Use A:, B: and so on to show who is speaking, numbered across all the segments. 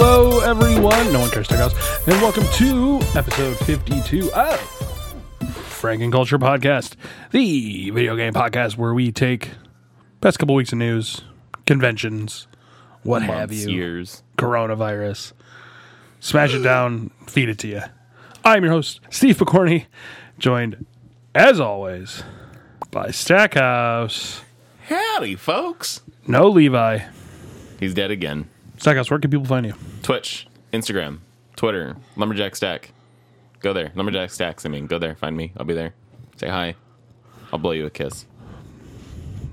A: everyone. No one cares, Tech House. And welcome to episode 52 of Frank and Culture Podcast, the video game podcast where we take past couple weeks of news, conventions, what have
B: months,
A: you,
B: years.
A: coronavirus, smash it down, feed it to you. I'm your host, Steve McCorney, joined as always by Stackhouse.
B: Howdy, folks.
A: No Levi.
B: He's dead again.
A: Stackhouse, where can people find you?
B: Twitch, Instagram, Twitter, Lumberjack Stack. Go there. Lumberjack Stacks, I mean. Go there. Find me. I'll be there. Say hi. I'll blow you a kiss.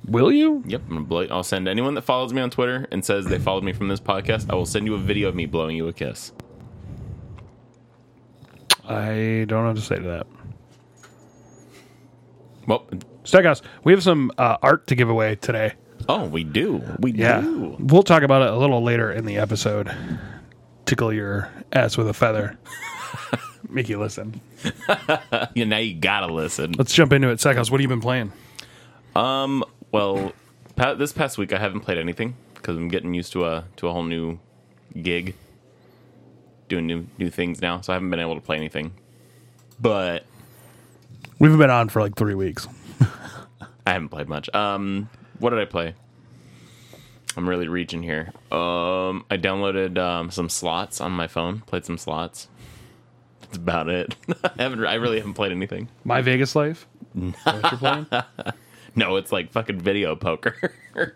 A: Will you?
B: Yep. I'm gonna blow I'll send anyone that follows me on Twitter and says they followed me from this podcast, I will send you a video of me blowing you a kiss.
A: I don't know what to say to that.
B: Well,
A: Stackhouse, we have some uh, art to give away today.
B: oh, we do. We
A: Yeah.
B: do.
A: We'll talk about it a little later in the episode. Tickle your ass with a feather. Mickey, listen.
B: Yeah, now you gotta listen.
A: Let's jump into it. Stackhouse, what have you been playing?
B: Well, pa- this past week I haven't played anything because I'm getting used to a to a whole new gig, doing new new things now. So I haven't been able to play anything, but
A: We've been on for like three weeks.
B: I haven't played much. Um, what did I play? I'm really reaching here. Um, I downloaded um, some slots on my phone. Played some slots. That's about it. I haven't. I really haven't played anything.
A: My Vegas life. Is that what you're playing?
B: No, it's like fucking video poker.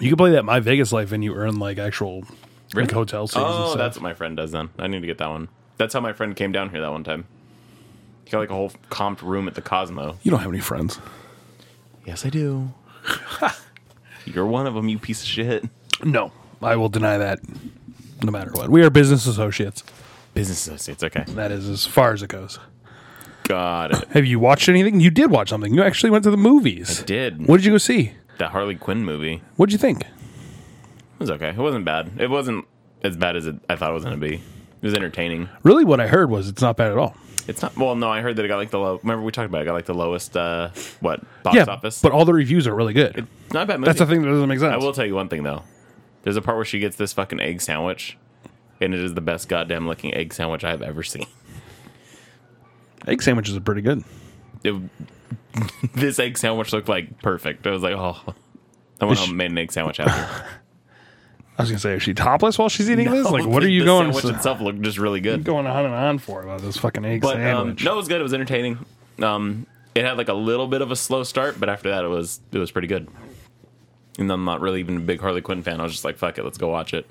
A: You can play that My Vegas life and you earn like actual like
B: Really?
A: hotel seats. and
B: Oh,
A: stuff.
B: that's what my friend does then. I need to get that one. That's how my friend came down here that one time. He got like a whole comped room at the Cosmo.
A: you don't have any friends.
B: Yes, I do. You're one of them, you piece of shit.
A: No, I will deny that. No matter what, we are business associates.
B: Business associates, okay.
A: That is as far as it goes.
B: Got it.
A: Have you watched anything? You did watch something. You actually went to the movies.
B: Did
A: What did you go see?
B: that Harley Quinn movie? It
A: What did you think?
B: was okay. It wasn't bad. It wasn't as bad as it, I thought it was gonna be. It was entertaining.
A: Really, what I heard was it's not bad at all.
B: It's not. Well, no, I heard that it got like the low. Remember we talked about it, it got like the lowest. uh What box
A: yeah,
B: office?
A: but all the reviews are really good.
B: not a bad movie.
A: that's the thing that doesn't make sense.
B: I will tell you one thing though. There's a part where she gets this fucking egg sandwich, and it is the best goddamn looking egg sandwich I have ever seen.
A: Egg sandwiches are pretty good.
B: It- this egg sandwich looked like perfect. I was like, oh, I want
A: Is she-
B: to make an egg sandwich out of
A: I was gonna say, is she topless while she's eating
B: it.
A: this? Like, what are
B: The-
A: you
B: the
A: going
B: Sandwich itself looked just really good.
A: going on and on for about this fucking egg
B: But um,
A: sandwich?
B: no, it was good. It was entertaining. Um, it had like a little bit of a slow start, but after that, it was it was pretty good. And I'm not really even a big Harley Quinn fan. I was just like, fuck it, let's go watch it.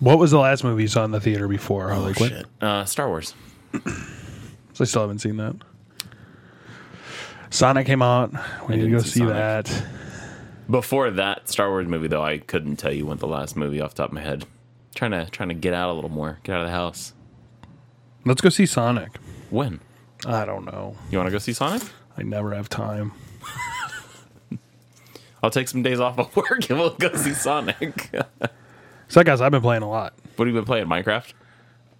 A: What was the last movie you saw in the theater before Harley Quinn?
B: Uh, Star Wars.
A: So I still haven't seen that. Sonic came out. We need to
B: didn't
A: go
B: see
A: see,
B: Sonic.
A: that.
B: Before that Star Wars movie, though, I couldn't tell you what the last movie off the top of my head. Trying to trying to get out a little more, get out of the house.
A: Let's go see Sonic.
B: When
A: I don't know.
B: you want to go see Sonic?
A: I never have time.
B: I'll take some days off of work and we'll go see Sonic. what
A: So, guys, I've been playing a lot.
B: have you been playing? Minecraft.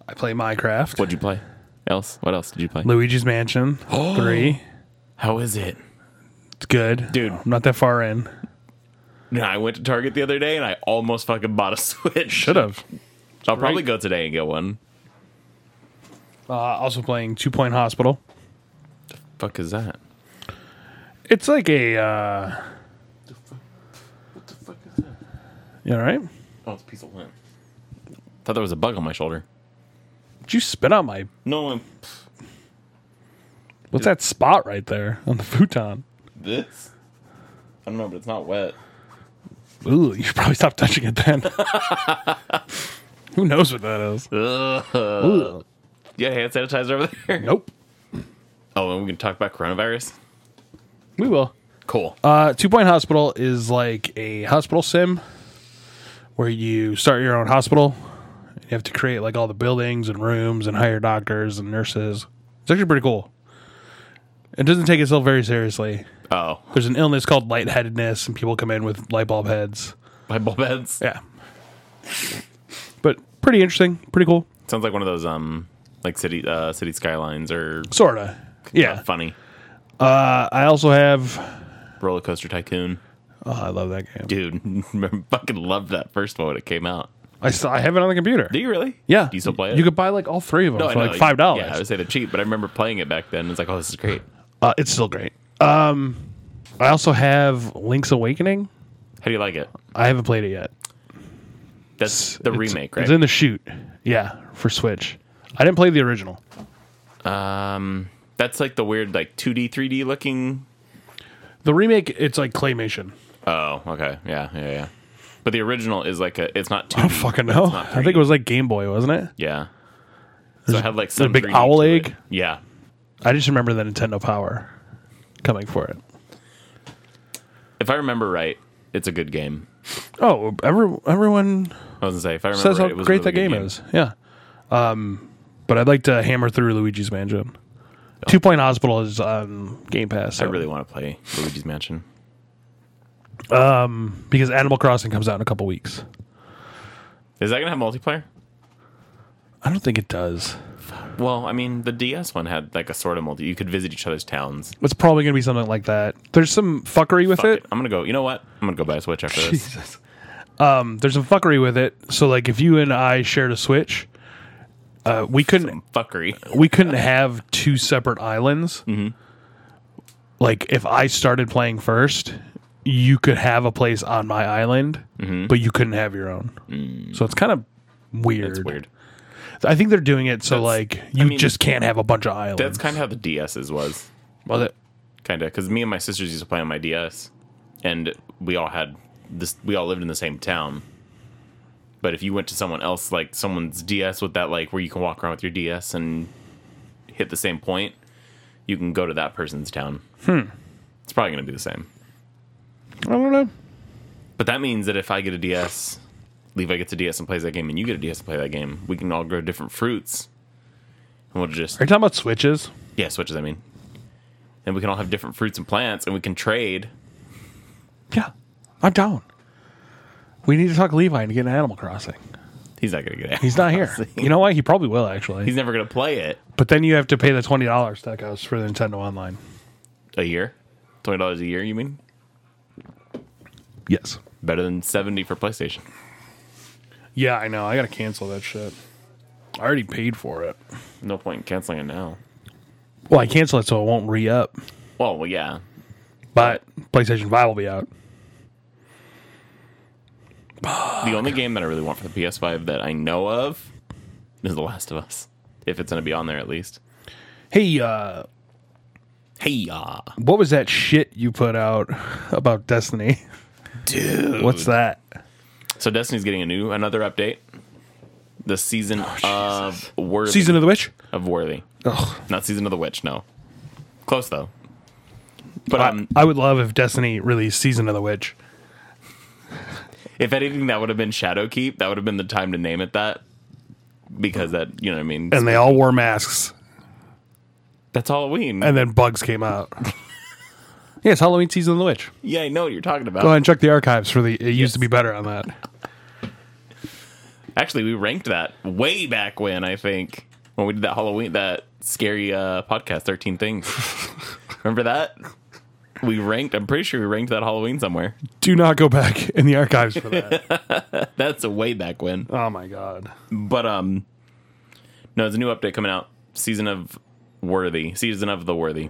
A: I play Minecraft,
B: What'd you play? Else, what else did you play?
A: Luigi's Mansion 3.
B: How is it?
A: It's good.
B: Dude.
A: I'm not that far in.
B: No, I went to Target the other day and I almost fucking bought a Switch.
A: Should have.
B: I'll probably go today and get one.
A: Uh, also playing Two Point Hospital.
B: Fuck is that?
A: It's like a. Uh,
B: Fuck is that?
A: you all right?
B: Oh, it's a piece of lint. Thought there was a bug on my shoulder.
A: Did you spit on my.
B: No, I'm
A: What's that spot right there on the futon?
B: this. I don't know, but it's not wet.
A: Ooh, you should probably stop touching it then. Who knows what that is?
B: Ugh.
A: Ooh.
B: You got hand sanitizer over there?
A: Nope.
B: Oh, and we can talk about coronavirus?
A: We will.
B: Cool.
A: Uh, Two Point Hospital is like a hospital sim where you start your own hospital. You have to create like all the buildings and rooms and hire doctors and nurses. It's actually pretty cool. It doesn't take itself very seriously.
B: oh.
A: There's an illness called lightheadedness, and people come in with light bulb heads.
B: My bulb heads.
A: Yeah. But pretty interesting, pretty cool.
B: Sounds like one of those um like city uh city skylines or
A: Sorta. Yeah.
B: funny
A: Uh, I also have.
B: roller coaster tycoon.
A: Oh, I love that game.
B: Dude, remember- fucking loved that first one when it came out.
A: I still I have it on the computer.
B: Do you really?
A: yeah,
B: Do you still play it?
A: You could buy like all three of them
B: No, I
A: for
B: know,
A: like five dollars.
B: Yeah, I would say they're cheap, but I remember playing it back then. It's like, oh, this is great.
A: uh, it's still great. Um, I also have Link's Awakening.
B: How do you like it?
A: I haven't played it yet.
B: That's the
A: It's-
B: remake, right?
A: It's in the shoot. Yeah, for Switch. I didn't play the original.
B: um, that's like the weird, like 2D, 3D looking.
A: The remake, it's like claymation.
B: Oh, okay, yeah, yeah, yeah. But the original is like a. It's not 2D.
A: I don't fucking know.
B: not
A: I think it
B: 3D.
A: was like Game Boy, wasn't it?
B: Yeah. So I had like some
A: big
B: 3D
A: owl
B: to
A: egg?
B: it. Yeah,
A: I just remember the Nintendo Power coming for it.
B: if I remember right, it's a good game.
A: Oh, every, everyone
B: I was gonna say if I remember
A: says
B: right,
A: how
B: it was a
A: great
B: really
A: that
B: good
A: game, is. Yeah. Um, but I'd like to hammer through Luigi's Mansion. Two Point Hospital is on Game Pass.
B: I
A: so-
B: really want to play Luigi's Mansion.
A: because Animal Crossing comes out in a couple weeks.
B: Is that gonna have multiplayer?
A: I don't think it does.
B: Well, I mean, the DS one had like a sort of multi. You could visit each other's towns.
A: It's probably going to be something like that. There's some fuckery with
B: Fuck
A: it.
B: it. I'm gonna go. You know what? I'm gonna go buy a Switch after this.
A: Jesus. Um, there's some fuckery with it. So like, if you and I shared a Switch, uh, we couldn't
B: Fuckery.
A: we couldn't have two separate islands. Like if I started playing first, you could have a place on my island, but you couldn't have your own. So it's kind of Mm. weird.
B: It's weird.
A: I think they're doing it so
B: That's-
A: like you
B: mean,
A: just can't have a bunch of islands.
B: That's kind of how the DS's was,
A: well, that,
B: kind of, because me and my sisters used to play on my DS, and we all had this. We all lived in the same town. But if you went to someone else, like someone's DS with that, like where you can walk around with your DS and hit the same point, you can go to that person's town. Hmm. It's probably gonna be the same.
A: I don't know.
B: But that means that if I get a DS, Levi gets a DS and plays that game, and you get a DS and play that game, we can all grow different fruits. And we'll just,
A: Are you talking about switches?
B: yeah, switches, I mean. And we can all have different fruits and plants, and we can trade.
A: Yeah, I'm down. We need to talk Levi into getting Animal Crossing.
B: He's not going to get it.
A: He's not here. You know what? He probably will actually.
B: He's never going to play it
A: but then you have to pay the twenty dollars that goes for the Nintendo Online.
B: a year. $20 a year, you mean?
A: Yes.
B: Better than 70 for PlayStation.
A: Yeah, I know. I gotta cancel that shit. I already paid for it.
B: No point in canceling it now.
A: Well, I cancel it so it won't re up.
B: Well, well yeah.
A: But PlayStation Five will be out.
B: The only game that I really want for the PS5 that I know of is The Last of Us. If it's going to be on there, at least.
A: Hey, uh,
B: Hey, ya.
A: what was that shit you put out about Destiny?
B: Dude.
A: What's that?
B: So Destiny's getting a new another update. The season of Worthy
A: Oh, Season of the Witch.
B: of Worthy,
A: Ugh.
B: not season of the witch. No, close though. But
A: I,
B: um,
A: I would love if Destiny released Season of the Witch.
B: if anything, that would have been Shadowkeep. That would have been the time to name it that, because that you know what I mean.
A: And they all wore masks,
B: That's Halloween.
A: and then bugs came out. yes, Halloween Season of the Witch.
B: yeah, I know what you're talking about.
A: Go ahead Oh, and check the archives for the. It used to be better on that.
B: Actually, we ranked that way back when I think when we did that Halloween that scary uh, podcast, Thirteen Things. Remember that? We ranked. I'm pretty sure we ranked that Halloween somewhere.
A: Do not go back in the archives for that.
B: That's a way back when.
A: oh my god.
B: But um, no, there's a new update coming out. Season of Worthy, season of the Worthy,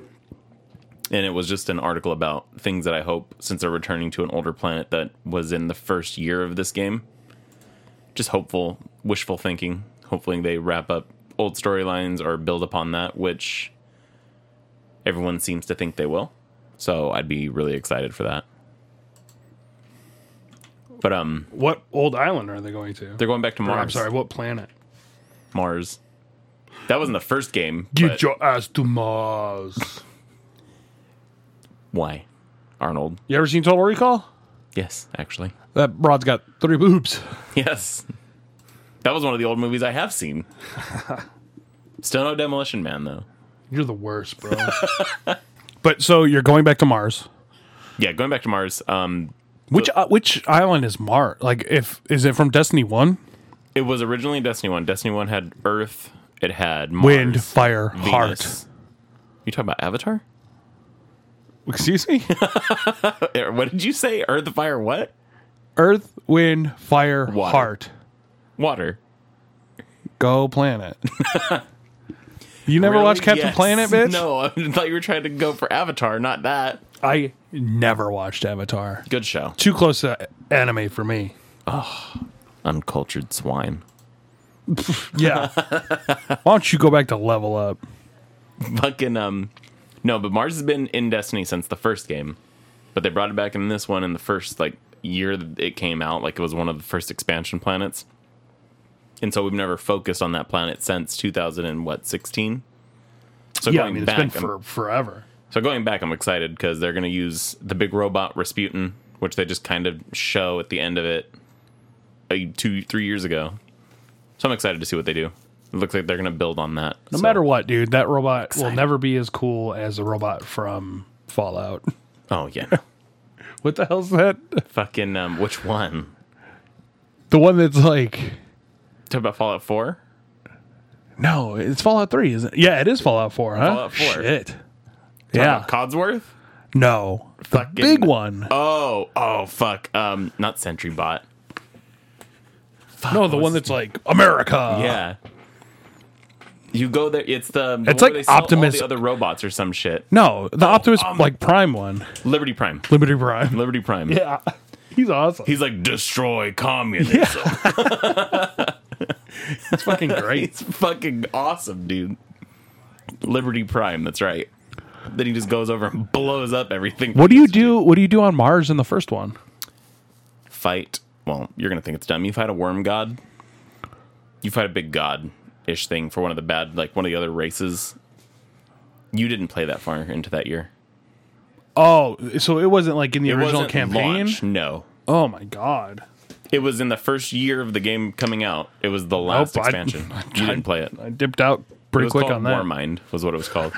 B: and it was just an article about things that I hope since they're returning to an older planet that was in the first year of this game. Just hopeful, wishful thinking. Hopefully they wrap up old storylines or build upon that, which everyone seems to think they will. So I'd be really excited for that. But um,
A: What old island are they going to?
B: they're going back to Mars.
A: I'm sorry, what planet?
B: Mars. That wasn't the first game. but
A: your ass to Mars.
B: why? Arnold.
A: You ever seen Total Recall?
B: Yes, actually.
A: That broad's got three boobs.
B: Yes. That was one of the old movies I have seen. Still no Demolition Man, though.
A: You're the worst, bro. but so you're going back to Mars.
B: Yeah, going back to Mars. Um,
A: Which uh, which island is Mars? Like, if is it from Destiny One?
B: it was originally Destiny 1. Destiny 1 had Earth, it had Mars,
A: Wind, fire,
B: Venus.
A: heart.
B: You talking about Avatar?
A: Excuse me.
B: Er, Eh, What did you say? Earth, fire, what?
A: Earth, wind, fire,
B: Water.
A: heart.
B: Water.
A: Go Planet. you never
B: Really?
A: watched Captain
B: Yes.
A: Planet, bitch?
B: No, I thought you were trying to go for Avatar, not that.
A: I never watched Avatar.
B: Good show.
A: Too close to anime for me.
B: Uncultured swine.
A: Yeah. Why don't you go back to level up?
B: Fucking um No, but Mars has been in Destiny since the first game. But they brought it back in this one in the first like year that it came out, like it was one of the first expansion planets. And so we've never focused on that planet since 2000 and what 16. So
A: yeah, I mean, it's been
B: I'm-
A: for forever.
B: So going back, I'm excited because they're going to use the big robot Rasputin, which they just kind of show at the end of it uh, two, three years ago. So I'm excited to see what they do. It looks like they're going to build on that.
A: No matter what, dude, that robot will never be as cool as the robot from Fallout.
B: Oh yeah, no.
A: what the hell's that?
B: fucking um, which one?
A: The one that's like,
B: Talk about Fallout Four.
A: no, it's Fallout 3, isn't it? Yeah, it is Fallout 4, huh?
B: Fallout 4.
A: Shit.
B: Talk
A: Yeah.
B: about Codsworth.
A: No. The
B: Fucking-
A: big one.
B: Oh oh fuck. Um, not Sentry Bot.
A: no, the one that's like, America.
B: Yeah. You go there. It's the, the
A: It's
B: one where
A: like
B: they sell all
A: Optimus-
B: the other robots or some shit.
A: No, the Optimus, like, Prime one.
B: Liberty Prime.
A: Liberty Prime.
B: Liberty Prime.
A: Yeah. He's awesome.
B: He's like destroy communism.
A: He's fucking great.
B: It's fucking awesome, dude. Liberty Prime, that's right. Then he just goes over and blows up everything.
A: What do you do? What do you do on Mars in the first one?
B: Fight. Well, you're going to think it's dumb. You fight a worm god. You fight a big god ish thing for one of the bad, like one of the other races. You didn't play that far into that year.
A: Oh, so it wasn't like in the
B: It
A: original
B: wasn't
A: campaign.
B: launch, no.
A: Oh my god!
B: It was in the first year of the game coming out. It was the last
A: I-
B: expansion. you didn't play it. It
A: I dipped out pretty
B: was
A: quick
B: called
A: on that.
B: Warmind was what it was called.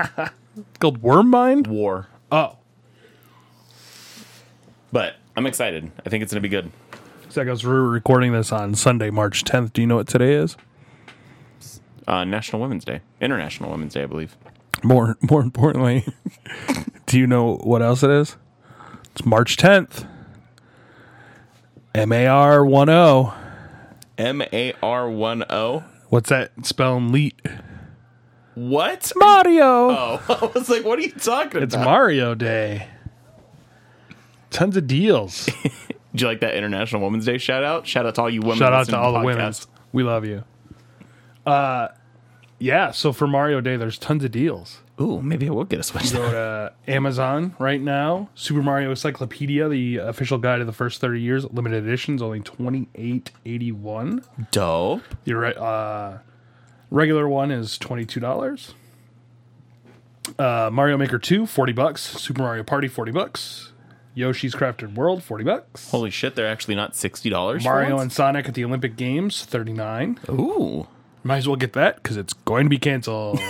A: It's called Worm Mind.
B: War.
A: Oh,
B: But I'm excited. I think it's going to be good.
A: so I guess we're recording this on Sunday, March 10th. Do you know what today is?
B: Uh, National Women's Day, International Women's Day, I believe.
A: More, more importantly, do you know what else it is? It's March 10th. M A R one O.
B: M A R one O.
A: What's that spelling? Leet
B: What?
A: Mario.
B: Oh, I was like, what are you talking
A: It's
B: about?
A: Mario Day. Tons of deals.
B: Did you like that International Women's Day shout out? Shout out to all you women.
A: Shout out to
B: listening
A: all the
B: podcast.
A: women. We love you. Uh, yeah. So for Mario Day, there's tons of deals.
B: Ooh, maybe I will get a Switch.
A: Go to Amazon right now. Super Mario Encyclopedia, the official guide of the first 30 years, limited editions, only 28.81.
B: Dope.
A: The re- uh, regular one is $22. Uh, Mario Maker 2, 40 bucks. Super Mario Party, 40 bucks. Yoshi's Crafted World, 40 bucks.
B: Holy shit, they're actually not sixty dollars.
A: Mario and Sonic at the Olympic Games, 39.
B: ooh,
A: Might as well get that because it's going to be canceled.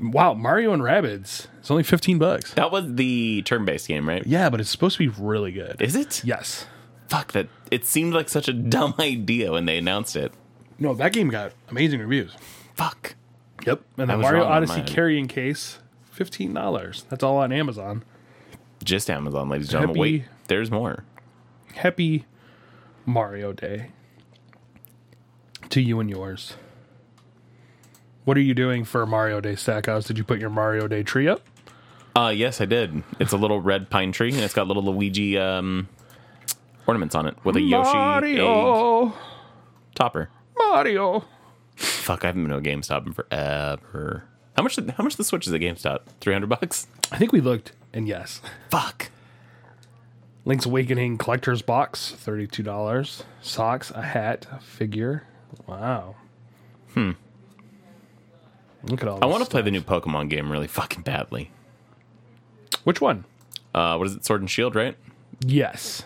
A: wow, Mario and Rabbids. It's only 15 bucks.
B: that was the turn-based game, right?
A: Yeah, but it's supposed to be really good.
B: Is it?
A: yes.
B: Fuck that. It seemed like such a dumb idea when they announced it.
A: No, that game got amazing reviews.
B: Fuck.
A: Yep. And
B: I
A: the
B: was
A: Mario
B: wrong on
A: Odyssey
B: mine.
A: carrying case, $15. That's all on Amazon.
B: Just Amazon, ladies and gentlemen.
A: Happy-
B: Wait, there's more.
A: Happy Mario Day to you and yours. What are you doing for Mario Day Stackhouse? Did you put your Mario Day tree up?
B: Uh, yes, I did. It's a little red pine tree, and it's got little Luigi um, ornaments on it with a Yoshi egg
A: Mario.
B: topper.
A: Mario.
B: Fuck, I haven't been to a GameStop in forever. How much? Did, how much the Switch is at GameStop? Three hundred bucks.
A: I think we looked, and yes,
B: Fuck.
A: Link's Awakening collector's box, thirty-two dollars. Socks, a hat, a figure. Wow. Hmm. Look at all. This
B: I want to play the new Pokemon game really fucking badly.
A: Which one?
B: Uh, what is it? Sword and Shield, right?
A: Yes.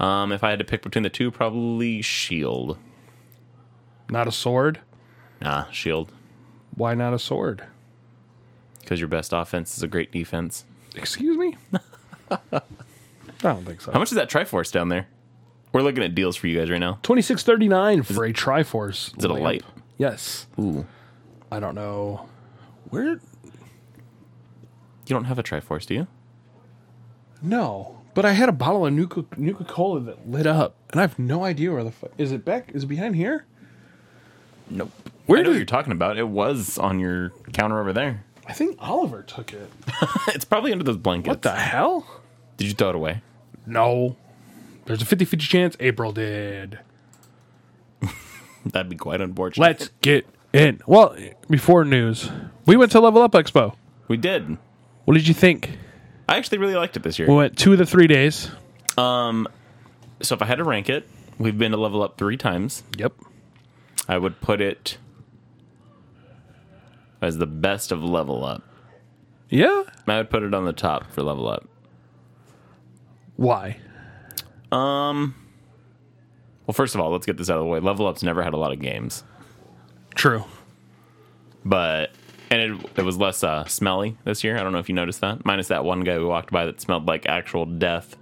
B: Um, if I had to pick between the two, probably Shield.
A: Not a sword.
B: Nah, Shield,
A: Why not a sword?
B: because your best offense is a great defense.
A: Excuse me. I don't think
B: How
A: so.
B: much is that Triforce down there? We're looking at deals for you guys right now.
A: Twenty-six thirty-nine for a Triforce.
B: Is it a
A: lamp.
B: light?
A: Yes.
B: Ooh,
A: I don't know. Where?
B: you don't have a Triforce, do you?
A: No. But I had a bottle of Nuka Nuka Cola that lit up, and I have no idea where the fuck is it. Back is it behind here?
B: Nope.
A: Where
B: I know
A: do-
B: what you're talking about. It was on your counter over there.
A: I think Oliver took it.
B: it's probably under those blankets.
A: What the hell?
B: Did you throw it away?
A: No. There's a 50-50 chance April did.
B: That'd be quite unfortunate.
A: Let's get in. Well, before news, we went to Level Up Expo.
B: We did.
A: What did you think?
B: I actually really liked it this year.
A: We went two of the three days.
B: So if I had to rank it, we've been to level up three times.
A: Yep.
B: I would put it as the best of level up.
A: Yeah.
B: I would put it on the top for level up.
A: Why?
B: Well, first of all, let's get this out of the way. Level up's never had a lot of games,
A: True.
B: but and it, it was less uh, smelly this year. I don't know if you noticed that. Minus that one guy we walked by that smelled like actual death.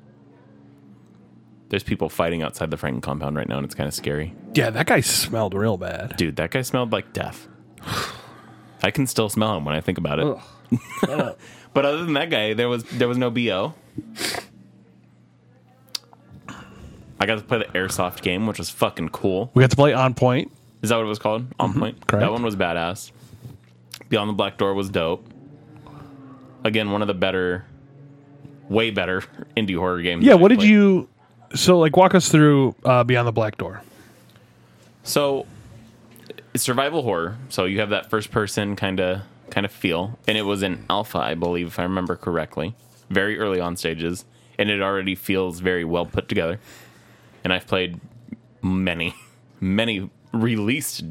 B: There's people fighting outside the Franken compound right now, and it's kind of scary.
A: Yeah, that guy smelled real bad.
B: Dude, that guy smelled like death. I can still smell him when I think about it. but other than that guy, there was there was no bo. I got to play the airsoft game, which was fucking cool.
A: We got to play on point.
B: Is that what it was called? On point.
A: Mm-hmm. correct.
B: That one was badass. Beyond the Black Door was dope. Again, one of the better, way better indie horror games.
A: Yeah,
B: that I
A: what did
B: played.
A: you so like walk us through uh Beyond the Black Door?
B: So it's survival horror. So you have that first person kind of kind of feel, and it was in alpha, I believe, if I remember correctly, very early on stages, and it already feels very well put together. And I've played many, many released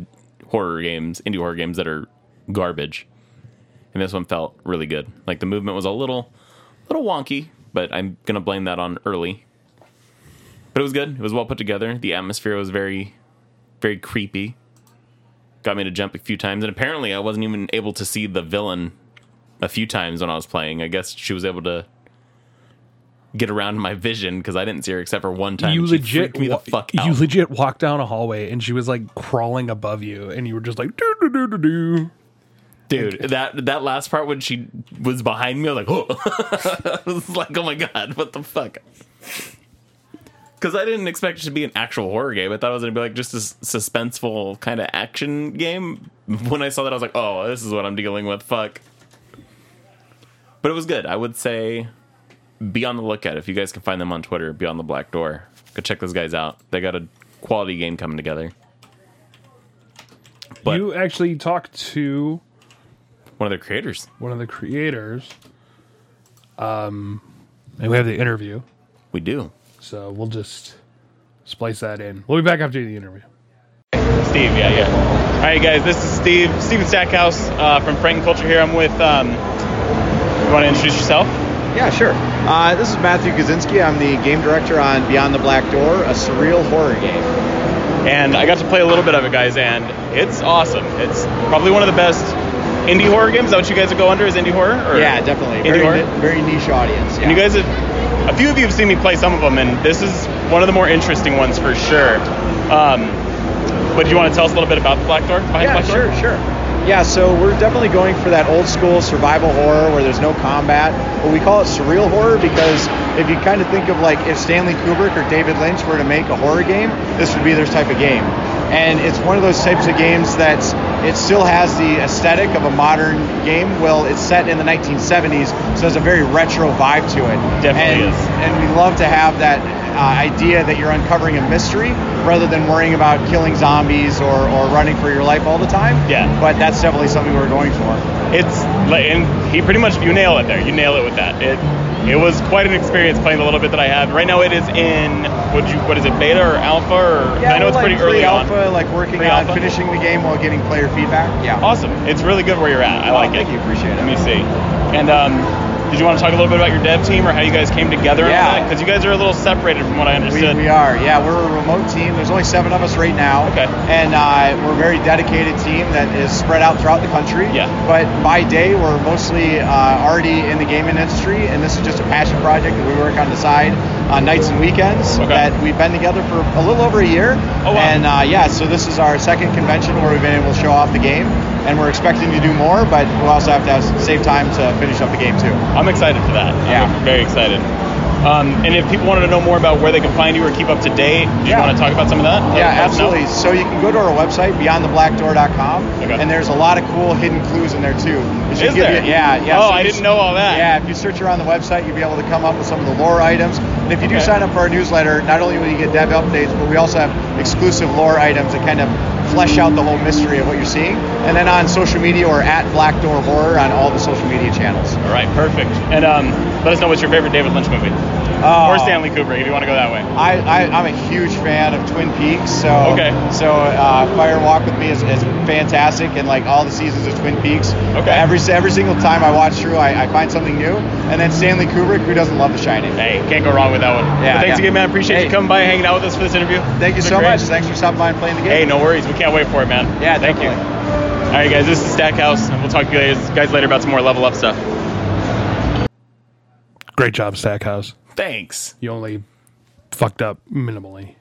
B: horror games, indie horror games that are garbage, and this one felt really good. Like the movement was a little, little wonky, but I'm gonna blame that on early. But it was good. It was well put together. The atmosphere was very very creepy. Got me to jump a few times, and apparently I wasn't even able to see the villain a few times when I was playing. I guess she was able to get around my vision because I didn't see her except for one time. and she freaked me
A: wa-
B: the fuck out.
A: you legit walked down a hallway and she was like crawling above you and you were just like do do do do do.
B: dude. That that last part when she was behind me, I was like, oh, I was like, oh my god, what the fuck? Because I didn't expect it to be an actual horror game. I thought it was gonna be like just a s- suspenseful kind of action game. When I saw that, I was like, oh, this is what I'm dealing with. Fuck. But it was good. I would say be on the lookout if you guys can find them on Twitter. Be on the Black Door. Go check those guys out. They got a quality game coming together. But-
A: you actually talked to
B: One of their creators.
A: one of the creators. Um and we have the interview.
B: We do.
A: So we'll just splice that in. We'll be back after the interview.
C: Steve, yeah, yeah. All right, guys, this is Steve, Steven Stackhouse uh, from Frank Culture here. I'm with, um, you want to introduce yourself?
D: Yeah, sure. Uh, this is Matthew Kaczynski. I'm the game director on Beyond the Black Door, a surreal horror game.
C: And I got to play a little bit of it, guys, and it's awesome. It's probably one of the best indie horror games. Is that what you guys would go under is indie horror? Or?
D: yeah, definitely.
C: Indie
D: Very,
C: horror?
D: ni- very niche audience.
C: And you
D: yeah.
C: guys have, a few of you have seen me play some of them, and this is one of the more interesting ones for sure. Um, but do you want to tell us a little bit about the Black Door? Behind
D: Yeah,
C: the Black
D: sure,
C: Door?
D: sure. Yeah, so we're definitely going for that old school survival horror where there's no combat, but we call it surreal horror because if you kind of think of like if Stanley Kubrick or David Lynch were to make a horror game, this would be their type of game. And it's one of those types of games that's it still has the aesthetic of a modern game. Well, it's set in the 1970s, so there's a very retro vibe to it.
C: Definitely
D: And-
C: is.
D: and we love to have that uh, idea that you're uncovering a mystery rather than worrying about killing zombies or, or running for your life all the time.
C: Yeah.
D: But that's definitely something we're going for.
C: It's like, and he pretty much you nail it there. You nail it with that. It it was quite an experience playing the little bit that I had. Right now it is in would you what is it beta or alpha or I know
D: we're
C: it's
D: like
C: pretty early
D: alpha,
C: on.
D: like working
C: Pre-alpha?
D: on finishing the game while getting player feedback. Yeah.
C: Awesome. It's really good where you're at. I
D: Oh,
C: like it.
D: thank you. Appreciate it.
C: Let me see. And um, did you want to talk a little bit about your dev team or how you guys came together?
D: Yeah.
C: Because you guys are a little separated from what I
D: We,
C: understood.
D: we are, yeah. We're a remote team. There's only seven of us right now.
C: Okay.
D: And uh, we're a very dedicated team that is spread out throughout the country.
C: Yeah.
D: But by day, we're mostly uh, already in the gaming industry, and this is just a passion project that we work on the side on nights and weekends.
C: Okay.
D: That we've been together for a little over a year.
C: Oh, wow.
D: And uh, yeah, so this is our second convention where we've been able to show off the game, and we're expecting to do more, but we also have to have, save time to finish up the game too.
C: I'm excited for that.
D: Yeah.
C: I'm very excited. Um, and if people wanted to know more about where they can find you or keep up to date, do you
D: Yeah.
C: want to talk about some of that? Let
D: Yeah,
C: us know.
D: absolutely. So you can go to our website, beyondtheblackdoor.com,
C: Okay.
D: and there's a lot of cool hidden clues in there too. It should
C: Is
D: give
C: there?
D: you- yeah, yeah.
C: Oh,
D: so
C: I
D: you
C: didn't
D: s-
C: know all that.
D: Yeah, if you search around the website, you'll be able to come up with some of the lore items. And if you do
C: Okay.
D: sign up for our newsletter, not only will you get dev updates, but we also have exclusive lore items that kind of flesh out the whole mystery of what you're seeing. And then on social media, or at Black Door Horror on all the social media channels.
C: All right, perfect. And um, let us know what's your favorite David Lynch movie.
D: Uh,
C: or Stanley Kubrick, if you want to go that way.
D: I, I, I'm a huge fan of Twin Peaks, so
C: Okay.
D: so uh, Fire Walk with Me is, is fantastic, and like all the seasons of Twin Peaks.
C: Okay.
D: Every every single time I watch through, I, I find something new, and then Stanley Kubrick, who doesn't love The Shining?
C: Hey, can't go wrong with that one.
D: Yeah,
C: But thanks
D: yeah.
C: again, man. Appreciate you
D: Hey.
C: coming by, hanging out with us for this interview.
D: Thank you
C: It's
D: so
C: been great.
D: much. Thanks for stopping by and playing the game.
C: Hey, no worries. We can't wait for it, man.
D: Yeah,
C: thank you.
D: definitely.
C: All right, guys. This is Stackhouse, and we'll talk to you guys, guys later about some more level up stuff.
A: Great job, Stackhouse.
B: Thanks.
A: You only fucked up minimally.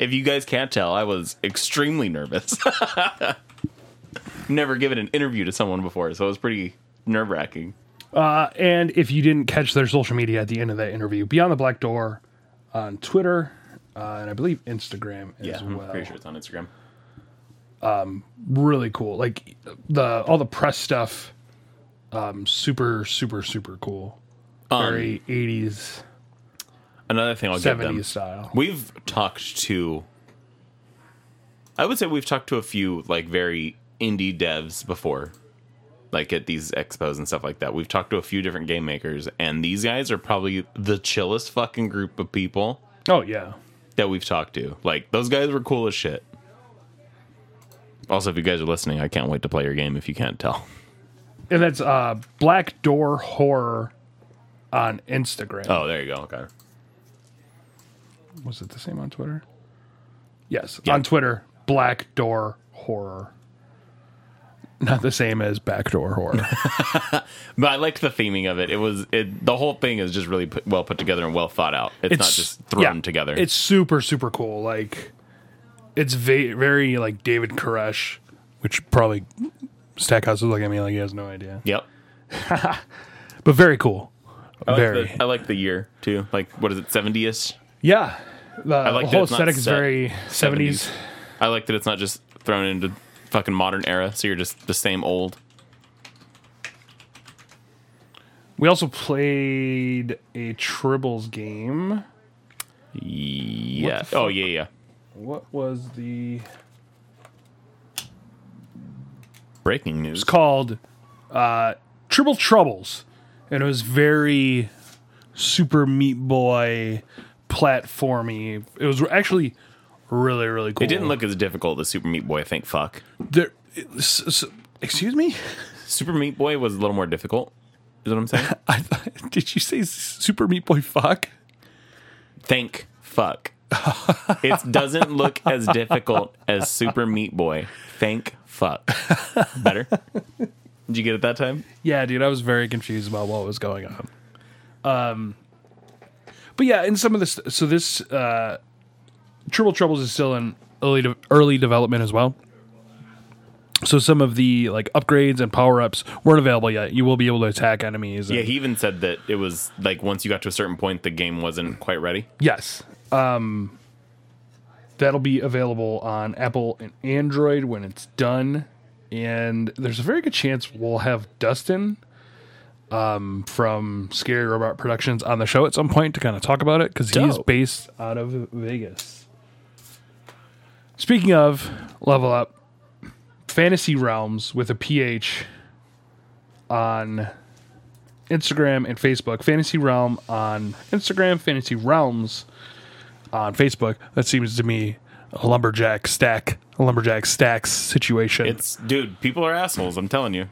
B: If you guys can't tell, I was extremely nervous. Never given an interview to someone before, so it was pretty nerve wracking.
A: Uh, and if you didn't catch their social media at the end of that interview, Beyond the Black Door on Twitter uh, and I believe Instagram as
B: Yeah,
A: well.
B: I'm pretty sure it's on Instagram.
A: Really cool. Like the all the press stuff. Um, super, super, super cool. Very 80s,
B: Another thing Um, I'll give them
A: 70s style.
B: We've talked to I would say we've talked to a few like very indie devs before. Like at these expos and stuff like that. We've talked to a few different game makers and these guys are probably the chillest fucking group of people
A: Oh yeah.
B: that we've talked to. Like those guys were cool as shit. Also, if you guys are listening, I can't wait to play your game if you can't tell.
A: And that's uh, Black Door Horror on Instagram.
B: Oh, there you go. Okay.
A: was it the same on Twitter? Yes, on Twitter, Black Door Horror. Not the same as Backdoor Horror.
B: But I liked the theming of it. It was it the whole thing is just really put, well put together and well thought out. It's, not just thrown
A: yeah,
B: together.
A: It's super super cool. Like it's va- very like David Koresh, which probably Stackhouse is looking at me like he has no idea,
B: yep.
A: but very cool. very
B: I like the year too. Like what is it, seventies?
A: yeah. The
B: like that
A: whole
B: it's not
A: aesthetic is
B: set
A: very
B: 70s.
A: 70s.
B: I like that it's not just thrown into fucking modern era, so you're just the same old.
A: We also played a Tribbles game.
B: Yeah.
A: the
B: Oh yeah, yeah.
A: What was the
B: Breaking news.
A: It's called uh, Triple Troubles, and it was very Super Meat Boy platformy. It was actually really really cool.
B: It didn't look as difficult as Super Meat Boy. Thank fuck.
A: There, s- s- excuse me.
B: Super Meat Boy was a little more difficult. Is what I'm saying.
A: I thought, did you say Super Meat Boy? Fuck.
B: Thank fuck. It doesn't look as difficult as Super Meat Boy. Thank fuck. Better. Did you get it that time?
A: Yeah, dude, I was very confused about what was going on. Um, but yeah, and some of this, so this uh, Triple Troubles is still in early de- early development as well. So some of the like upgrades and power ups weren't available yet. You will be able to attack enemies. and-
B: Yeah, he even said that it was like once you got to a certain point, the game wasn't quite ready.
A: yes. Um, that'll be available on Apple and Android when it's done. And there's a very good chance we'll have Dustin um, from Scary Robot Productions on the show at some point to kind of talk about it because he's
B: Dope.
A: based out of Vegas. Speaking of level up, Fantasy Realms with a PH on Instagram and Facebook. Fantasy Realm on Instagram, Fantasy Realms on Facebook. That seems to me a lumberjack stack, a lumberjack stacks situation.
B: It's dude, people are assholes. I'm telling you.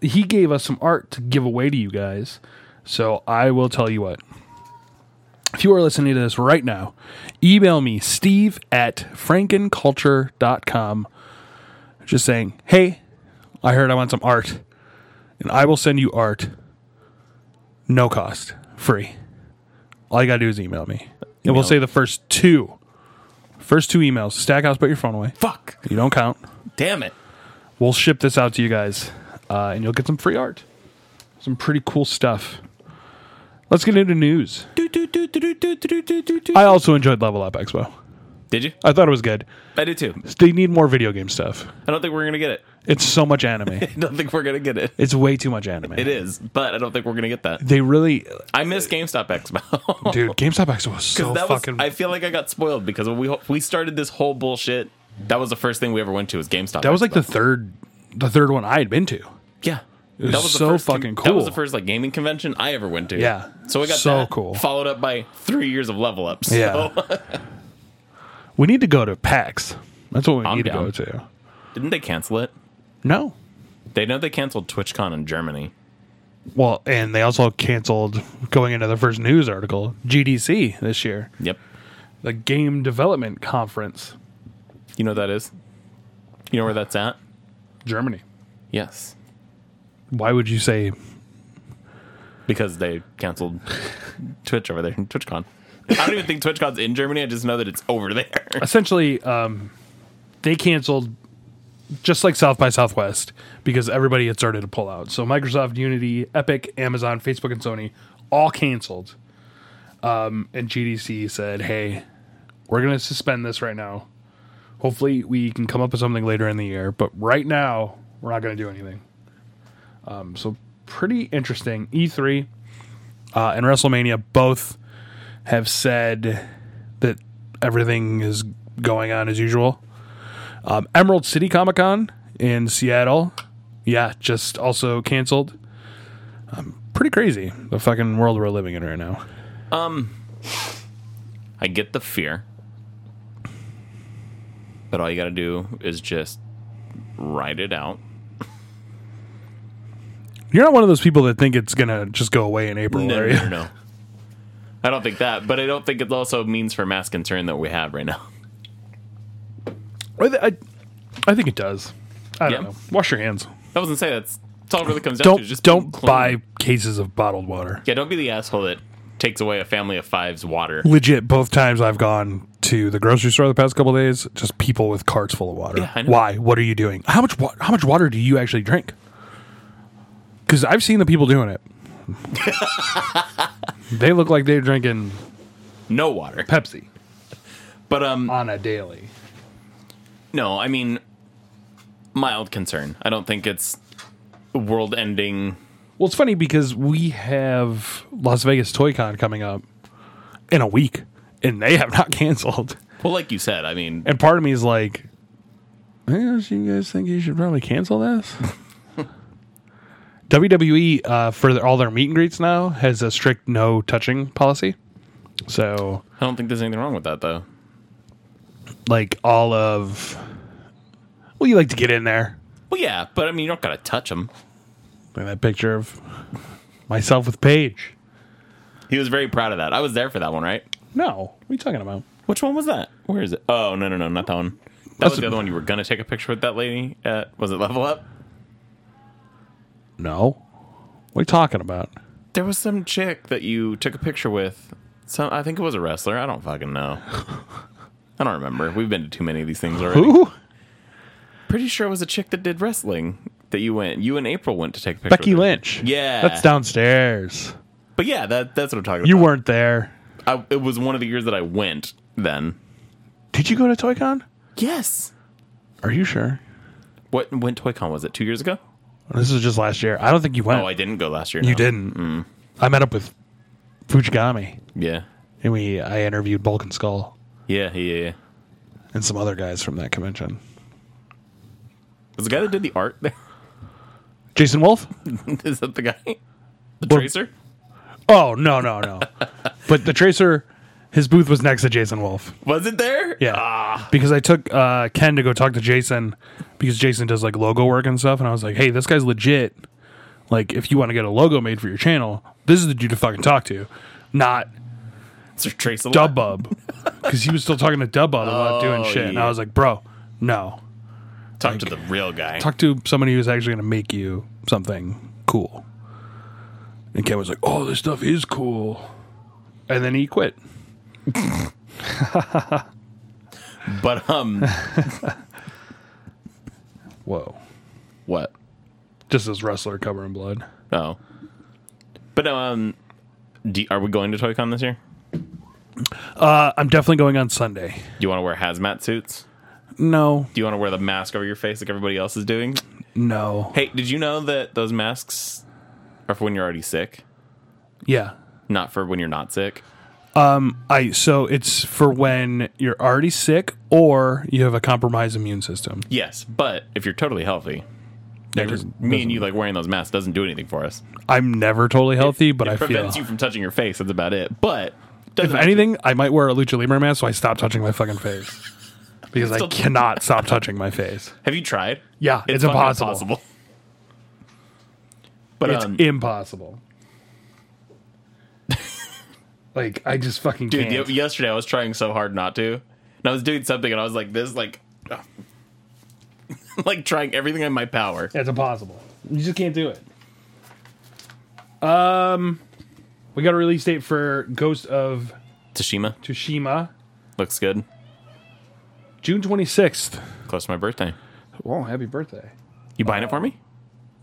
A: he gave us some art to give away to you guys. So I will tell you what. If you are listening to this right now, email me, steve at frankenculture.com. Just saying, hey, I heard I want some art. And I will send you art, no cost, free. All you got to do is email me. And
B: Email.
A: we'll say the first two, first two emails. Stackhouse, put your phone away.
B: Fuck.
A: You don't count
B: Damn it.
A: we'll ship this out to you guys uh, and you'll get some free art some pretty cool stuff Let's get into news. I also enjoyed Level Up Expo.
B: Did you?
A: I thought it was good.
B: I did too.
A: They need more video game stuff.
B: I don't think we're gonna get it.
A: It's so much anime.
B: I don't think we're gonna get it.
A: it's way too much anime.
B: It is, but I don't think we're gonna get that.
A: They really,
B: I miss GameStop Expo.
A: dude. GameStop Expo was so
B: Oh. that was,
A: fucking.
B: I feel like I got spoiled because when we we started this whole bullshit. That was the first thing we ever went to was GameStop.
A: that was like
B: Expo.
A: the third, the third one I had been to.
B: Yeah.
A: was so fucking
B: That was
A: cool.
B: the first like gaming convention I ever went to.
A: Yeah.
B: So we got
A: So
B: that,
A: cool.
B: Followed up by three years of level ups.
A: Yeah.
B: So,
A: We need to go to PAX. That's what we
B: I'm
A: need
B: down.
A: to go to.
B: didn't they cancel it?
A: No.
B: They know they canceled TwitchCon in Germany.
A: Well, and they also canceled going into the first news article GDC this year,
B: Yep.
A: the Game Development Conference,
B: You know what that is? You know where that's at?
A: Germany.
B: Yes.
A: Why would you say
B: Because they canceled Twitch over there, TwitchCon. I don't even think TwitchCon's in Germany. I just know that it's over there.
A: essentially um, they canceled just like South by Southwest because everybody had started to pull out. So Microsoft, Unity, Epic, Amazon, Facebook, and Sony all canceled. Um, and GDC said, "Hey, we're going to suspend this right now. Hopefully, we can come up with something later in the year, but right now, we're not going to do anything." Um, so pretty interesting. E3 uh, and WrestleMania both have said that everything is going on as usual. Um, Emerald City Comic Con in Seattle, yeah, just also canceled. Um, pretty crazy the fucking world we're living in right now.
B: I get the fear, but all you got to do is just ride it out.
A: You're not one of those people that think it's gonna just go away in April,
B: No,
A: are
B: no,
A: you?
B: no, no. I don't think that, but I don't think it also means for mass concern that we have right now.
A: I, th- I, I think it does. I don't
B: Yeah.
A: know. Wash your hands.
B: I wasn't saying that's, that's all it really comes down
A: Don't
B: to. is Just
A: don't
B: being clean.
A: buy cases of bottled water.
B: Yeah, don't be the asshole that takes away a family of five's water.
A: Legit, both times I've gone to the grocery store the past couple of days, just people with carts full of water.
B: Yeah, I know.
A: Why? What are you doing? How much? Wa- how much water do you actually drink? Because I've seen the people doing it. they look like they're drinking
B: No water.
A: Pepsi
B: But um,
A: on a daily.
B: no, I mean, mild concern. I don't think it's world-ending.
A: Well, it's funny because we have Las Vegas Toy Con coming up in a week, and they have not canceled.
B: Well, like you said, I mean,
A: And part of me is like, "Eh, don't you guys think you should probably cancel this? WWE uh, for their, all their meet and greets now has a strict no touching policy. So,
B: I don't think there's anything wrong with that, though.
A: like all of, well, you like to get in there.
B: Well, yeah, but I mean, you don't gotta touch him.
A: Look at that picture of myself with Paige.
B: He was very proud of that. I was there for that one, right?
A: No, what are you talking about?
B: Which one was that? Where is it? Oh no no no not that one. That
A: That's
B: was the
A: a-
B: other one you were gonna take a picture with that lady at was it level up?
A: No, what are you talking about?
B: There was some chick that you took a picture with. Some I think it was a wrestler. I don't fucking know. I don't remember. We've been to too many of these things already.
A: Who?
B: Pretty sure it was a chick that did wrestling that you went. You and April went to take a picture.
A: Becky
B: with her.
A: Lynch.
B: Yeah.
A: that's downstairs.
B: But yeah, that that's what I'm talking
A: You
B: about.
A: weren't there.
B: I, it was one of the years that I went then.
A: Did you go to Toy Con?
B: Yes.
A: Are you sure?
B: What when ToyCon was it? Two years ago?
A: This was just last year. I don't think you went.
B: Oh, I Mm. didn't go last year.
A: You
B: no.
A: didn't. I met up with Fujigami,
B: Yeah.
A: and we I interviewed Bulk and Skull
B: Yeah, yeah, yeah.
A: and some other guys from that convention.
B: Was the guy that did the art there?
A: Jason Wolf?
B: Is that the guy? The
A: Well-
B: tracer?
A: Oh no no no! but the Tracer, his booth was next to Jason Wolf.
B: Was it there?
A: Yeah,
B: Ah.
A: because I took uh, Ken to go talk to Jason because Jason does like logo work and stuff, and I was like, hey, this guy's legit. Like, if you want to get a logo made for your channel, this is the dude to fucking talk to, not
B: It's a tracer.
A: Dubbub, because he was still talking to Dubbub about doing shit, and
B: Oh, yeah.
A: I was like, bro, no.
B: Talk to the real guy.
A: talk to somebody who's actually going to make you something cool. And Ken was like, "Oh, this stuff is cool," and then he quit.
B: but um,
A: Whoa!
B: what?
A: Just this wrestler covering blood.
B: Oh, but um, Do, are we going to ToyCon this year?
A: Uh, I'm definitely going on Sunday.
B: Do you want to wear hazmat suits?
A: No,
B: Do you want to wear the mask over your face like everybody else is doing?
A: no.
B: Hey, did you know that those masks are for when you're already sick,
A: Yeah.
B: not for when you're not sick?
A: I so it's for when you're already sick or you have a compromised immune system.
B: Yes, but if you're totally healthy,
A: That
B: like,
A: doesn't-
B: me and you like wearing those masks doesn't do anything for us.
A: I'm never totally healthy, but
B: it
A: I feel
B: prevents you from touching your face. That's about it. But
A: if
B: doesn't
A: anything, I might wear a lucha libre mask so I stop touching my fucking face because I
B: Still-
A: cannot stop touching my face.
B: have you tried?
A: Yeah, it's,
B: fucking
A: impossible.
B: But
A: It's
B: um,
A: impossible. like I just fucking
B: dude,
A: can't.
B: y- yesterday I was trying so hard not to, and I was doing something, and I was like this, like, like trying everything in my power.
A: It's impossible. You just can't do it. Um, we got a release date for Ghost of
B: Tashima
A: Tsushima,
B: looks good.
A: June 26th.
B: Close to my birthday.
A: Whoa, happy birthday.
B: You buying it for me?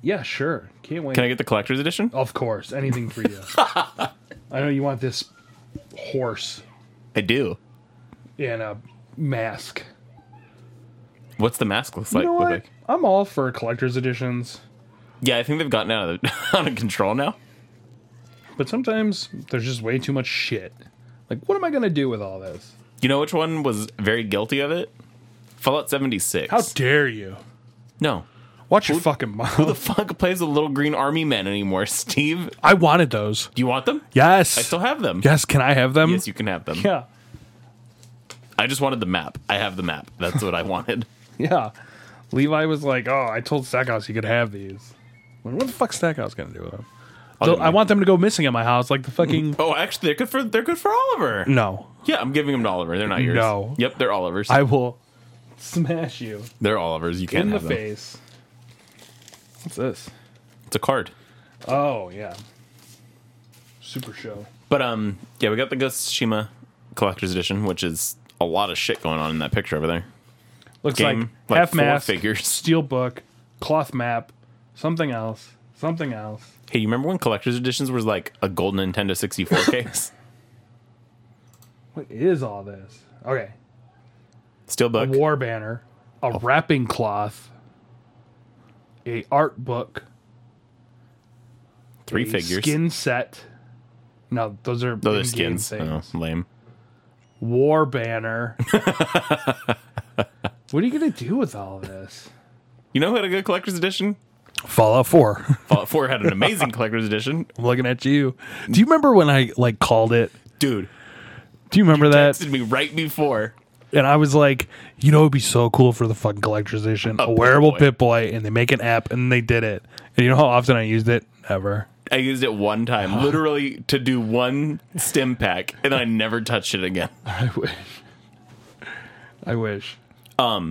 A: Yeah, sure. Can't wait.
B: Can I get the collector's edition?
A: of course, anything for you. I know you want this horse
B: I do.
A: in a mask.
B: What's the mask looks like?
A: you know
B: look
A: what?
B: like?
A: I'm all for collector's editions,
B: Yeah, I think they've gotten out of the, out of control now.
A: but sometimes there's just way too much shit. Like, what am I going to do with all this?
B: You know which one was very guilty of it? Fallout 76.
A: How dare you?
B: no.
A: Watch your fucking mouth.
B: Who the fuck plays the little green army men anymore? Steve,
A: I wanted those.
B: do you want them?
A: Yes.
B: I still have them.
A: Yes, can I have them?
B: Yes, you can have them.
A: yeah.
B: I just wanted the map. I have the map. That's what I wanted.
A: Yeah. Levi was like, "Oh, I told Stackhouse you could have these." Like, what the fuck Stackhouse gonna do with them?
B: I'll
A: So
B: give
A: I
B: them-
A: want them to go missing at my house, like the fucking.
B: Oh, actually, they're good for they're good for Oliver.
A: no,
B: Yeah, I'm giving them to Oliver. They're not yours.
A: No.
B: Yep, they're Oliver's.
A: I will smash you
B: they're Oliver's. You can't
A: in the
B: have them.
A: face. What's this?
B: It's a card.
A: Oh yeah. Super show.
B: But um, yeah, we got the Ghost of Tsushima Collector's Edition, which is a lot of shit going on in that picture over there.
A: Looks
B: Game,
A: like
B: like
A: half
B: four
A: mask,
B: figures.
A: steel book, cloth map, something else, something else.
B: Hey, you remember when collector's editions was like a gold Nintendo 64 case?
A: What is all this? Okay, a
B: Steelbook.
A: war banner, a
B: Oh.
A: wrapping cloth, a art book,
B: three
A: a
B: figures.
A: skin set. No, those are
B: Those are
A: in-game
B: skins. Oh,
A: things.
B: lame.
A: War banner. what are you gonna do with all of this?
B: You know who had a good collector's edition?
A: Fallout Four.
B: Fallout 4 had an amazing collector's edition.
A: I'm looking at you. Do you remember when I like called it?
B: Dude,
A: Do you remember that?
B: texted me right before.
A: And I was like, you know, it'd be so cool for the fucking collector's edition, a, wearable
B: Pip-Boy.
A: Pip Boy, and they make an app, and they did it. And you know how often I used it? Never.
B: I used it one time, literally to do one stim pack, and then I never touched it again.
A: I wish. I wish.
B: Uh,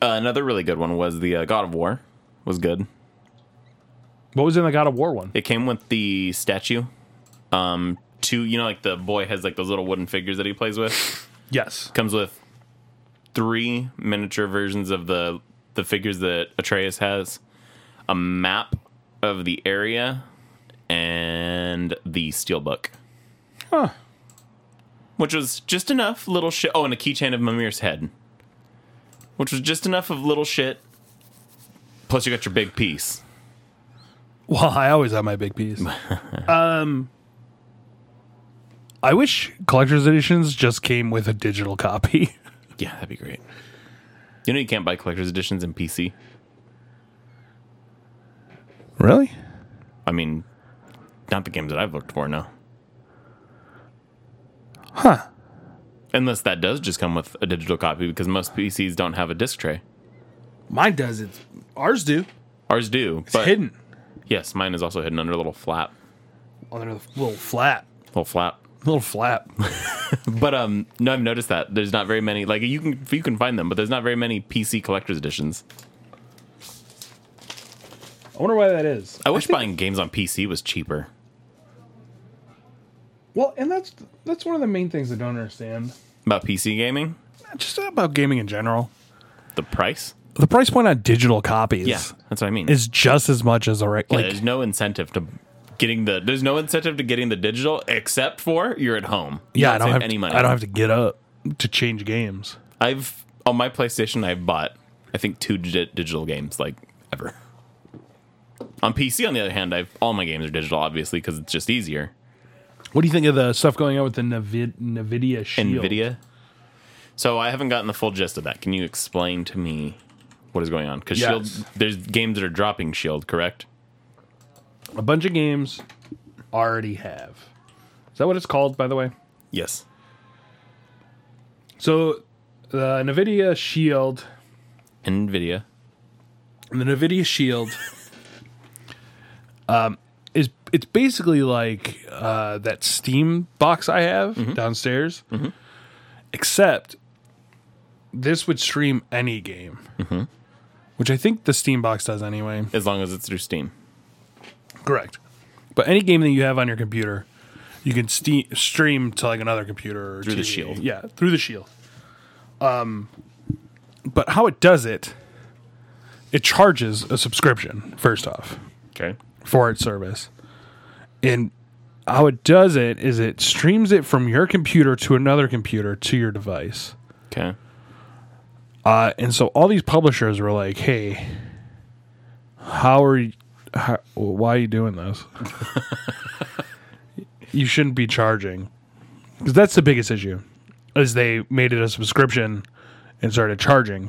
B: another really good one was the uh, God of War. Was good.
A: What was in the God of War one?
B: It came with the statue. Um, two, you know, like the boy has like those little wooden figures that he plays with.
A: Yes.
B: comes with three miniature versions of the the figures that Atreus has, a map of the area, and the steelbook.
A: Huh.
B: Which was just enough little shit. Oh, and a keychain of Mimir's head. Which was just enough of little shit. Plus, you got your big piece.
A: Well, I always have my big piece. um, I wish collector's editions just came with a digital copy.
B: Yeah, that'd be great. You know, you can't buy collector's editions in PC.
A: Really?
B: I mean, not the games that I've looked for, no. Huh. Unless that does just come with a digital copy because most PCs don't have a disc tray.
A: Mine does it. Ours do.
B: Ours do,
A: It's
B: but
A: hidden
B: yes, mine is also hidden under a little flap.
A: under the Oh, little flap.
B: Little flap.
A: Little flap.
B: But um no, I've noticed that. There's not very many like you can you can find them, but there's not very many PC collector's editions.
A: I wonder why that is.
B: I wish buying games on PC was cheaper.
A: Well, and that's that's one of the main things I don't understand.
B: About PC gaming?
A: Just about gaming in general.
B: The price?
A: The price point on digital copies
B: Yeah. That's what I mean.
A: is just as much as a reg-
B: Yeah,
A: like
B: there's no incentive to getting the there's no incentive to getting the digital except for you're at home. You
A: Yeah, I don't
B: save
A: have
B: any money.
A: I don't have to get up to change games.
B: I've on my PlayStation. I've bought I think two di- digital games like ever. On PC, on the other hand, I've all my games are digital, obviously, because it's just easier.
A: What do you think of the stuff going on with the Navi- Nvidia Shield?
B: Nvidia. So I haven't gotten the full gist of that. Can you explain to me what is going on? Because
A: Yes.
B: Shield, there's games that are dropping Shield, correct?
A: A bunch of games already have. Is that what it's called, by the way?
B: Yes.
A: So the Nvidia Shield,
B: Nvidia.
A: the Nvidia Shield, um, is it's basically like uh, that Steam box I have
B: Mm-hmm.
A: downstairs, except this would stream any game,
B: Mm-hmm.
A: which I think the Steam box does anyway.
B: As long as it's through Steam.
A: Correct. But any game that you have on your computer, you can ste- stream to like another computer or
B: Through the
A: TV.
B: Shield.
A: Yeah, through the shield. Um, but how it does it, it charges a subscription first off
B: Okay.
A: for its service, and how it does it is it streams it from your computer to another computer to your device.
B: Okay.
A: Uh, and so all these publishers were like, "Hey, how are you? How, why are you doing this? you shouldn't be charging because that's the biggest issue. Is they made it a subscription and started charging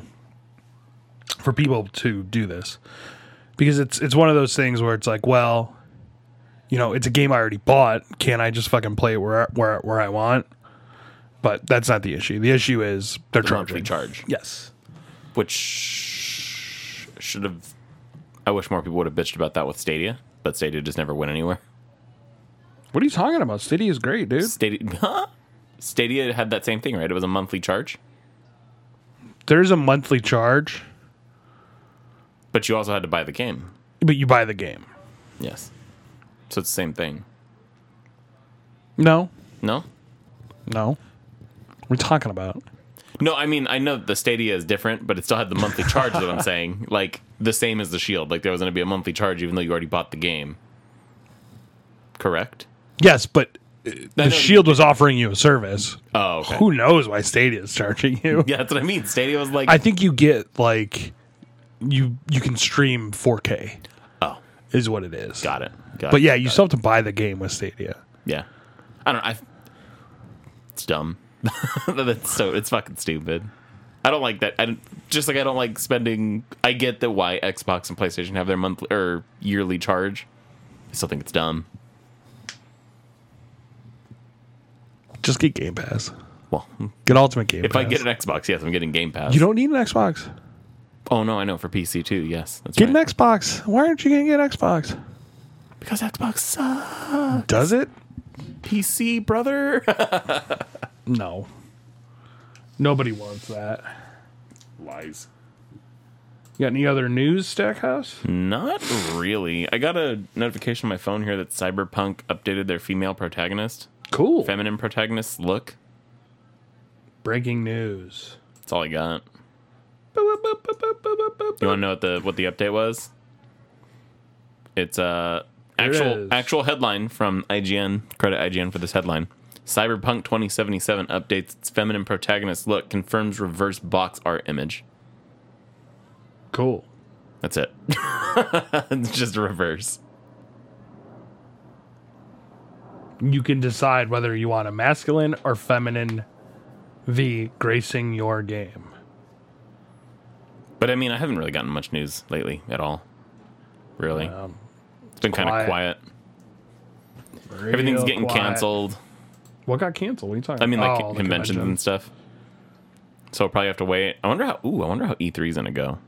A: for people to do this because it's it's one of those things where it's like, well, you know, it's a game I already bought. Can I just fucking play it where where where I want? But that's not the issue. The issue is they're
B: The monthly
A: charging.
B: charge,
A: Yes.
B: which should have. I wish more people would have bitched about that with Stadia, but Stadia just never went anywhere.
A: What are you talking about? Stadia is great, dude.
B: Stadia, huh? Stadia had that same thing, right? It was a monthly charge,
A: There's a monthly charge,
B: but you also had to buy the game.
A: but you buy the game.
B: Yes. So it's the same thing.
A: No,
B: No?
A: no. We're talking about.
B: No, I mean, I know the Stadia is different, but it still had the monthly charge that I'm saying. Like, the same as the Shield. Like, there was going to be a monthly charge even though you already bought the game. Correct?
A: Yes, but uh,
B: know-
A: the Shield was offering you a service.
B: Oh, okay.
A: Who knows why Stadia is charging you?
B: Yeah, that's what I mean. Stadia was like,
A: I think you get like you you can stream 4K
B: oh,
A: is what it is.
B: got it. Got
A: But
B: it.
A: yeah, you still have to buy the game with Stadia.
B: Yeah. I don't know. I, it's dumb. That's so, it's fucking stupid. I don't like that. I don't, just like I don't like spending. I get that why Xbox and PlayStation have their monthly or yearly charge. I still think it's dumb.
A: Just get Game Pass.
B: Well,
A: Get Ultimate Game
B: if
A: Pass.
B: I get an Xbox, yes, I'm getting Game Pass.
A: you don't need an Xbox.
B: Oh no, I know for PC too. Yes, that's
A: Get
B: right.
A: an Xbox. Why aren't you going to get an Xbox?
B: because Xbox sucks.
A: Does it?
B: PC brother.
A: No. Nobody wants that.
B: Lies.
A: You got any other news, Stackhouse?
B: Hmm. Not really. I got a notification on my phone here that Cyberpunk updated their female protagonist,
A: Cool.
B: feminine protagonist look.
A: Breaking news.
B: That's all I got.
A: Boop, boop, boop, boop, boop, boop, boop,
B: You
A: boop.
B: want to know what the what the update was? It's uh
A: Here it
B: actual
A: is.
B: actual headline from IGN. Credit IGN for this headline. Cyberpunk 2077 updates its feminine protagonist look, confirms reverse box art image.
A: Cool.
B: That's it. it's just a reverse.
A: You can decide whether you want a masculine or feminine V gracing your game.
B: But I mean, I haven't really gotten much news lately at all. Really,
A: Um,
B: it's been kind of
A: quiet.
B: quiet. Everything's
A: Real
B: getting
A: quiet.
B: canceled.
A: What got canceled? What are you talking
B: I mean, like
A: Oh, the
B: conventions and stuff. So I'll probably have to wait. I wonder how. Ooh, I wonder how E3 is gonna go.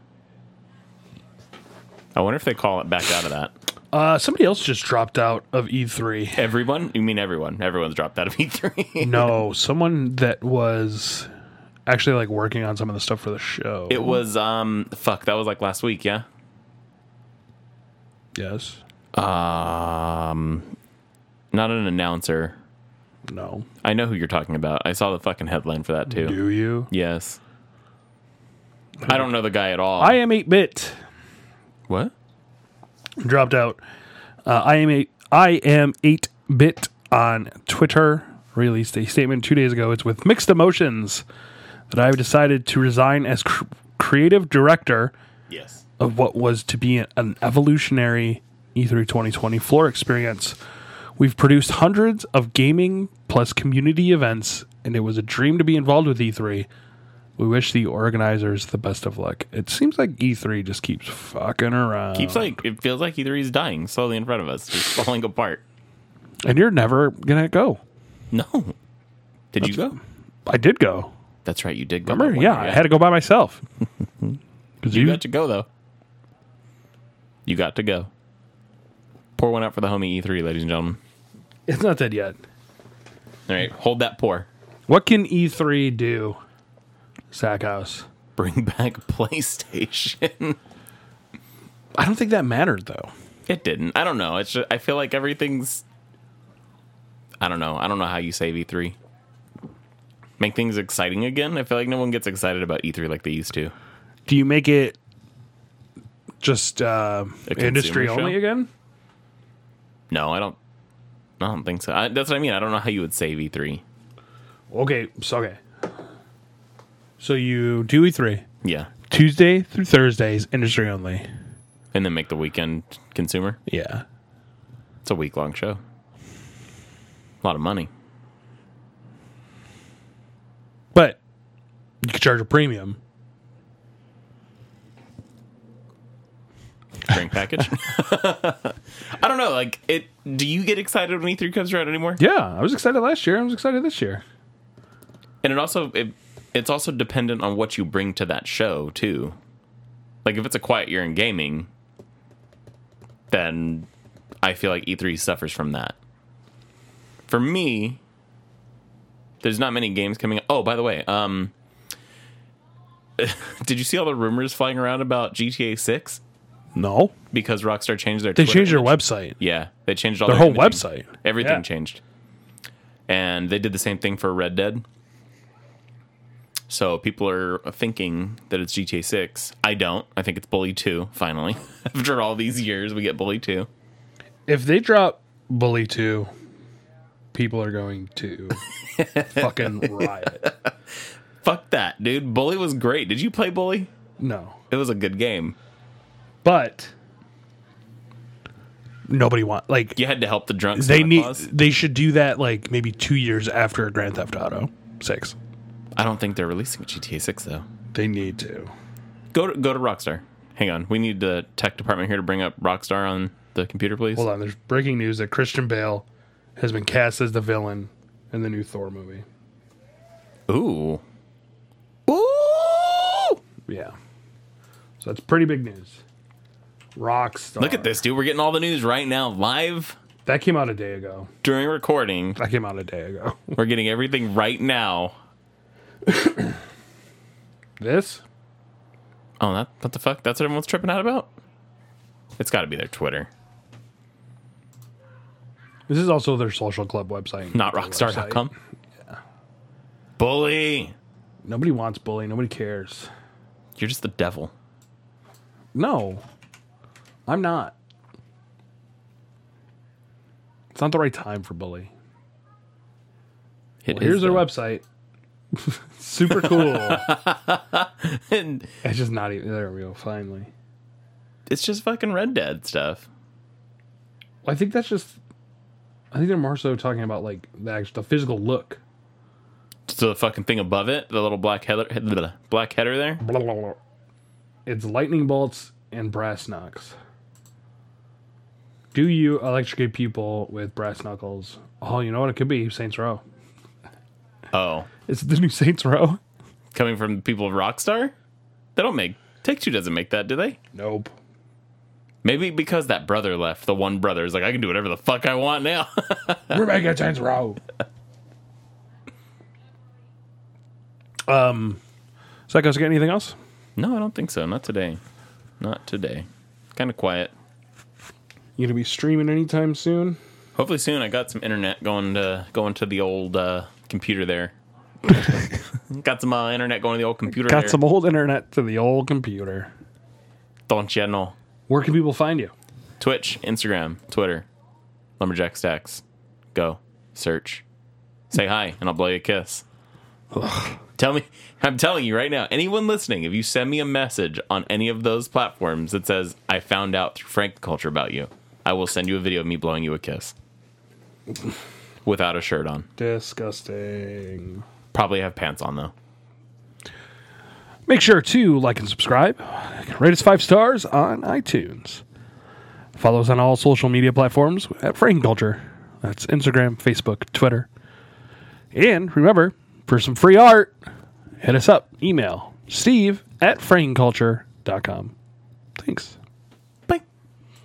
B: I wonder if they call it back out of that.
A: Uh, somebody else just dropped out of E E3.
B: Everyone? You mean everyone? Everyone's dropped out of E E3.
A: no, someone that was actually like working on some of the stuff for the show.
B: It was um fuck. That was like last week. Yeah.
A: yes.
B: Um, not an announcer.
A: No.
B: I know who you're talking about. I saw the fucking headline for that too.
A: Do you?
B: Yes. I don't know the guy at all.
A: I am 8 bit.
B: what?
A: dropped out. Uh, I am eight. I am 8-bit on Twitter released a statement two days ago. It's with mixed emotions that I've decided to resign as cr- creative director
B: Yes.
A: of what was to be an evolutionary E E3 2020 floor experience. We've produced hundreds of gaming plus community events, and it was a dream to be involved with E3. We wish the organizers the best of luck. It seems like E3 just keeps fucking around.
B: Keeps like it feels like either he's dying slowly in front of us, just falling apart.
A: and you're never gonna go.
B: No. Did you go?
A: I did go.
B: That's right, you did go.
A: Remember?
B: that one
A: Yeah,
B: year,
A: I had to go by myself. Oh 'Cause
B: You
A: you,
B: got to go though. You got to go. Pour one out for the homie E3, ladies and gentlemen.
A: it's not dead yet.
B: All right, hold that pour.
A: What can E3 do? Sackhouse.
B: Bring back PlayStation.
A: I don't think that mattered though.
B: it didn't. I don't know. It's just, I feel like everything's. I don't know. I don't know how you save E3. Make things exciting again. I feel like no one gets excited about E3 like they used to.
A: Do you make it just uh,
B: consumer
A: industry
B: show?
A: only again?
B: No, I don't. I don't think so. I, that's what I mean. I don't know how you would save E E3.
A: Okay, so okay. So you do E E3
B: Yeah,
A: Tuesday through Thursdays, industry only.
B: and then make the weekend consumer.
A: Yeah.
B: It's a week long show. A lot of money.
A: But you could charge a premium.
B: drink package. I don't know. Like, it. Do you get excited when E3 comes around anymore?
A: Yeah, I was excited last year. I was excited this year.
B: And it also it, it's also dependent on what you bring to that show too. Like, if it's a quiet year in gaming, then I feel like E3 suffers from that. For me, there's not many games coming. Oh, by the way, um, did you see all the rumors flying around about GTA Six
A: No,
B: because Rockstar changed their
A: they
B: Twitter
A: changed their
B: image?
A: website,
B: Yeah, they changed all
A: their whole
B: imaging.
A: website.
B: Everything
A: Yeah.
B: changed. And they did the same thing for Red Dead. So people are thinking that it's GTA 6. I don't. I think it's Bully 2, finally. After all these years, we get Bully 2.
A: If they drop Bully Two, people are going to fucking riot.
B: Fuck that, dude. Bully was great. Did you play Bully?
A: No,
B: It was a good game.
A: but nobody want like
B: You had to help the drunk
A: they
B: Santa
A: need
B: Claus.
A: they should do that like maybe two years after Grand Theft Auto Six.
B: I don't think they're releasing GTA 6, though.
A: They need to.
B: Go to, go to Rockstar. Hang on. We need the tech department here to bring up Rockstar on the computer, please.
A: Hold on, there's breaking news that Christian Bale has been cast as the villain in the new Thor movie.
B: Ooh. Ooh!
A: Yeah, so that's pretty big news. Rockstar.
B: Look at this, dude. We're getting all the news right now, live
A: That came out a day ago.
B: during recording.
A: That came out a day ago.
B: We're getting everything right now.
A: This?
B: Oh, that, what the fuck? That's what everyone's tripping out about? It's got to be their Twitter,
A: This is also their social club website.
B: not
A: Their
B: rockstar.com.
A: website.
B: Bully.
A: Nobody wants bully. Nobody cares.
B: You're just the devil.
A: No, I'm not. It's not the right time for bully.
B: It
A: Well, here's
B: is
A: their
B: the-
A: website. Super cool.
B: And
A: it's just not even. There we go. Finally.
B: it's just fucking Red Dead stuff.
A: Well, I think that's just. I think they're more so talking about like the actual the physical look.
B: So the fucking thing above it, the little black header, head- blah, black header there.
A: Blah, blah, blah. It's lightning bolts and brass knucks. Do you electrocute people with brass knuckles? Oh, you know what it could be? Saints Row.
B: Oh,
A: Is it the new Saints Row?
B: coming from the people of Rockstar? They don't make. Take Two doesn't make that, do they?
A: Nope.
B: Maybe because that brother left, the one brother is like, I can do whatever the fuck I want now.
A: We're back at Saints Row. Um, Um, Psychos, got anything else?
B: No, I don't think so. Not today. Not today. Kind of quiet.
A: You gonna be streaming anytime soon?
B: Hopefully soon. I got some internet going to going to the old uh, computer there. got some uh, internet going to the old computer.
A: Got
B: there.
A: some old internet to the old computer.
B: Don't you know?
A: Where can people find you?
B: Twitch, Instagram, Twitter, Lumberjack Stacks. Go. Search. Say hi, and I'll blow you a kiss. Tell me, I'm telling you right now, anyone listening, if you send me a message on any of those platforms that says, I found out through Frank Culture about you, I will send you a video of me blowing you a kiss without a shirt on.
A: Disgusting.
B: Probably have pants on, though.
A: Make sure to like and subscribe. Rate us five stars on iTunes. Follow us on all social media platforms at Frank Culture. That's Instagram, Facebook, Twitter. And remember, for some free art, hit us up. Email steve at frameculture.com. Thanks.